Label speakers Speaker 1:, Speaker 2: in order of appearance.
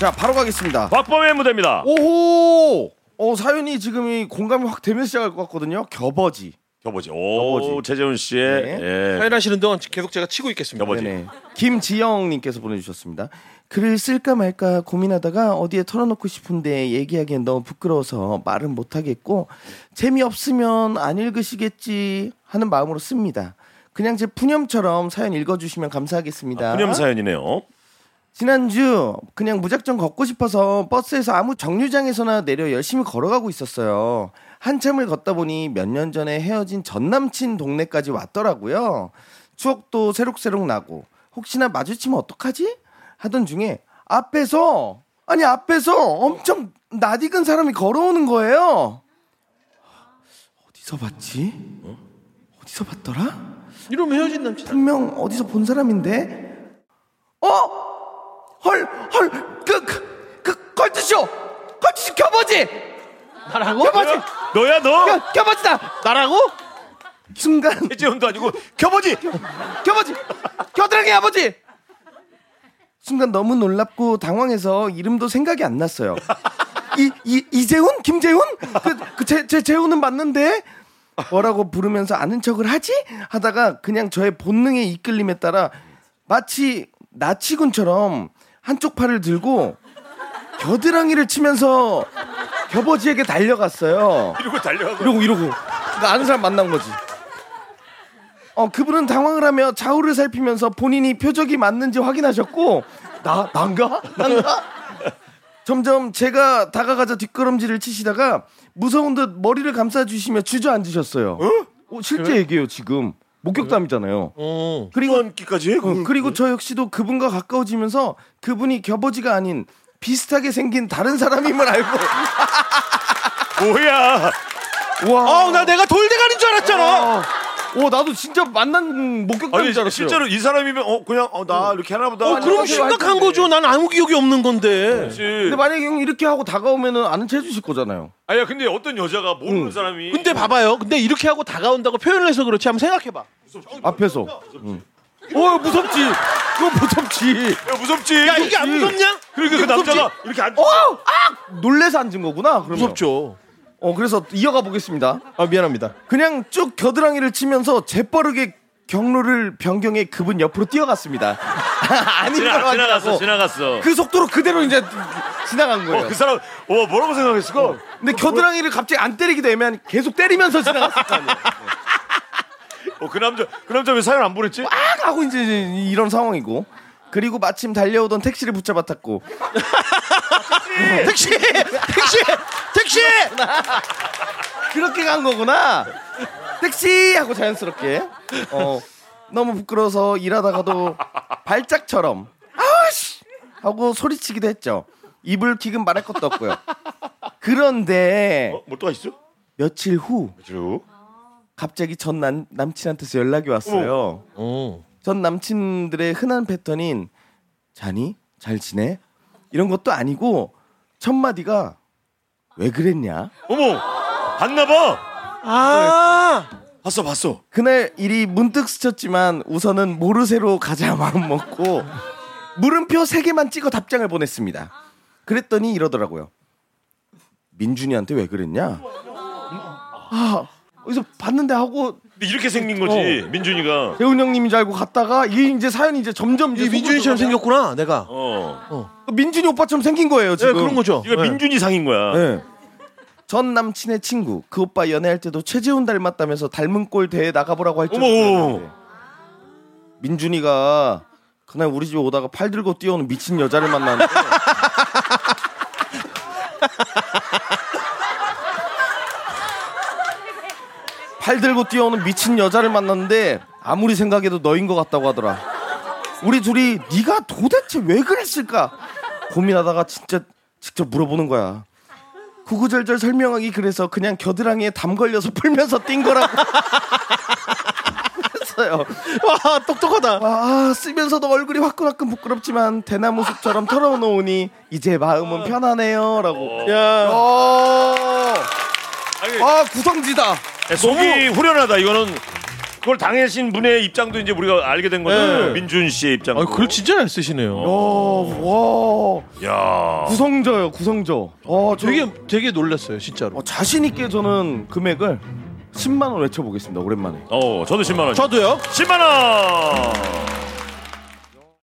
Speaker 1: 자 바로 가겠습니다.
Speaker 2: 박범의 무대입니다.
Speaker 1: 오호. 어 사연이 지금 이 공감이 확 되면서 시작할 것 같거든요. 겨버지.
Speaker 2: 겨보지. 오,
Speaker 1: 겨보지.
Speaker 2: 최재훈 씨의
Speaker 1: 네.
Speaker 2: 예.
Speaker 3: 사연하시는 동안 계속 제가 치고 있겠습니다.
Speaker 2: 여보지.
Speaker 1: 네네. 김지영님께서 보내주셨습니다. 글을 쓸까 말까 고민하다가 어디에 털어놓고 싶은데 얘기하기엔 너무 부끄러워서 말은 못하겠고 재미없으면 안 읽으시겠지 하는 마음으로 씁니다. 그냥 제 푸념처럼 사연 읽어주시면 감사하겠습니다.
Speaker 2: 아, 념 사연이네요.
Speaker 1: 지난주 그냥 무작정 걷고 싶어서 버스에서 아무 정류장에서나 내려 열심히 걸어가고 있었어요. 한참을 걷다 보니 몇 년 전에 헤어진 전 남친 동네까지 왔더라고요. 추억도 새록새록 나고 혹시나 마주치면 어떡하지? 하던 중에 앞에서 아니 앞에서 엄청 낯익은 사람이 걸어오는 거예요. 어디서 봤지? 어디서 봤더라?
Speaker 3: 이러면 헤어진 남친.
Speaker 1: 분명 어디서 본 사람인데? 어? 헐, 헐, 그, 그, 그, 걸치쇼! 걸치쇼 겨버지!
Speaker 3: 나라고?
Speaker 1: 겨버지!
Speaker 2: 너야 너.
Speaker 1: 겨, 겨버지다!
Speaker 3: 나라고?
Speaker 1: 순간,
Speaker 2: 최재훈도 아니고 겨보지.
Speaker 1: 겨버지! 겨드랑이 아버지! 순간 너무 놀랍고 당황해서 이름도 생각이 안 났어요. 이, 이, 이재훈? 김재훈? 그, 그, 제, 제, 재훈은 맞는데? 뭐라고 부르면서 아는 척을 하지? 하다가 그냥 저의 본능의 이끌림에 따라 마치 나치군처럼 한쪽 팔을 들고 겨드랑이를 치면서 겨버지에게 달려갔어요.
Speaker 2: 이러고 달려가고.
Speaker 1: 이러고 이러고 그러니까 아는 사람 만난 거지. 어 그분은 당황을 하며 좌우를 살피면서 본인이 표적이 맞는지 확인하셨고 나 난가 난가 점점 제가 다가가자 뒷걸음질을 치시다가 무서운 듯 머리를 감싸주시며 주저앉으셨어요. 어, 실제 얘기예요 지금 목격담이잖아요.
Speaker 3: 어.
Speaker 1: 그리고
Speaker 2: 한기까지 해?
Speaker 1: 어, 그리고 저 역시도 그분과 가까워지면서 그분이 겨버지가 아닌 비슷하게 생긴 다른 사람임을 알고
Speaker 2: 뭐야?
Speaker 1: 와
Speaker 3: 어, 나 내가 돌대가리인 줄 알았잖아.
Speaker 1: 오 어, 나도 진짜 만난 목격자인
Speaker 2: 아니
Speaker 1: 줄 알았어요.
Speaker 2: 실제로 이 사람이면 어 그냥 어 나 이렇게 하나보다.
Speaker 3: 어, 그럼
Speaker 1: 안녕하세요
Speaker 3: 심각한
Speaker 1: 할
Speaker 3: 거죠. 난 아무 기억이 없는 건데.
Speaker 1: 근데 만약에 형 이렇게 하고 다가오면은 아는 체 해주실 거잖아요.
Speaker 2: 아니야 근데 어떤 여자가 모르는 사람이.
Speaker 3: 근데 봐봐요. 근데 이렇게 하고 다가온다고 표현을 해서 그렇지 한번 생각해봐.
Speaker 1: 앞에서. 어 무섭지. 그거 무섭지.
Speaker 2: 야 무섭지.
Speaker 3: 야 이게 안 무섭냐?
Speaker 2: 그러니까 그
Speaker 3: 이게 무섭지?
Speaker 2: 남자가 이렇게 안.
Speaker 1: 어! 아! 놀래서 앉은 거구나. 그러면.
Speaker 3: 무섭죠.
Speaker 1: 어 그래서 이어가 보겠습니다.
Speaker 3: 아 미안합니다.
Speaker 1: 그냥 쭉 겨드랑이를 치면서 재빠르게 경로를 변경해 그분 옆으로 뛰어갔습니다. 아니
Speaker 2: 지나, 지나갔어 지나갔어.
Speaker 1: 그 속도로 그대로 이제 지나간 거예요.
Speaker 2: 어, 그 사람 어 뭐라고 생각했을까?
Speaker 1: 근데 겨드랑이를 갑자기 안 때리기도 애매한 계속 때리면서 지나갔을 거 아니에요.
Speaker 2: 어, 그 남자 그 남자 왜 사연 안 보냈지?
Speaker 1: 딱 하고 이제 이런 상황이고 그리고 마침 달려오던 택시를 붙잡았다고
Speaker 3: 택시, 택시, 택시.
Speaker 1: 그렇게 간 거구나 택시 하고 자연스럽게 어 너무 부끄러워서 일하다가도 발작처럼 아씨 하고 소리치기도 했죠 입을 기금 말할 것도 없고요 그런데
Speaker 2: 어, 뭐또 있어?
Speaker 1: 며칠 후
Speaker 2: 그리고
Speaker 1: 갑자기 전 남, 남친한테서 연락이 왔어요
Speaker 3: 어.
Speaker 1: 전 남친들의 흔한 패턴인 자니 잘 지내 이런 것도 아니고 첫 마디가 왜 그랬냐
Speaker 2: 어머 봤나봐.
Speaker 3: 아.
Speaker 2: 봤어 봤어.
Speaker 1: 그날 일이 문득 스쳤지만 우선은 모르쇠로 가자 마음 먹고 물음표 세 개만 찍어 답장을 보냈습니다 그랬더니 이러더라고요 민준이한테 왜 그랬냐 아 어디서 봤는데 하고
Speaker 2: 근데 이렇게 생긴 거지
Speaker 3: 어.
Speaker 2: 민준이가.
Speaker 1: 대훈 형님인 줄 알고 갔다가 이게 이제 사연이 이제 점점 이제
Speaker 3: 이
Speaker 1: 속으로
Speaker 3: 민준이처럼 생겼구나. 내가.
Speaker 2: 어.
Speaker 1: 들어가- 민준이 오빠처럼 생긴 거예요
Speaker 3: 네
Speaker 1: 지금
Speaker 3: 그런 거죠.
Speaker 2: 이거
Speaker 3: 네.
Speaker 2: 민준이 상인 거야.
Speaker 1: 예. 전 남친의 친구 그 오빠 연애할 때도 최재훈 닮았다면서 닮은 꼴 대회 나가보라고 할
Speaker 2: 어머, 어머,
Speaker 1: 정도였는데 민준이가 그날 우리 집에 오다가 팔 들고 뛰어오는 미친 여자를 만났는데 팔 들고 뛰어오는 미친 여자를 만났는데 아무리 생각해도 너인 것 같다고 하더라 우리 둘이 네가 도대체 왜 그랬을까 고민하다가 진짜 직접 물어보는 거야 구구절절 설명하기 그래서 그냥 겨드랑이에 담 걸려서 풀면서 뛴 거라고 했어요.
Speaker 3: 와 똑똑하다.
Speaker 1: 아 쓰면서도 얼굴이 화끈화끈 부끄럽지만 대나무 숲처럼 털어놓으니 이제 마음은 편하네요라고.
Speaker 3: 야.
Speaker 1: 어.
Speaker 2: 아니,
Speaker 1: 아 구성지다.
Speaker 2: 야, 네, 속이 후련하다. 이거는 그걸 당해신 분의 입장도 이제 우리가 알게 된 거죠.
Speaker 3: 네.
Speaker 2: 민준 씨의 입장도.
Speaker 3: 아, 글 진짜 잘 쓰시네요.
Speaker 1: 어, 와
Speaker 2: 야.
Speaker 1: 구성져요 구성져. 어, 저,
Speaker 3: 되게 되게 놀랐어요, 진짜로.
Speaker 1: 어, 자신 있게 저는 금액을 10만 원 외쳐보겠습니다 오랜만에.
Speaker 2: 어, 저도 10만 원.
Speaker 3: 저도요.
Speaker 2: 10만 원.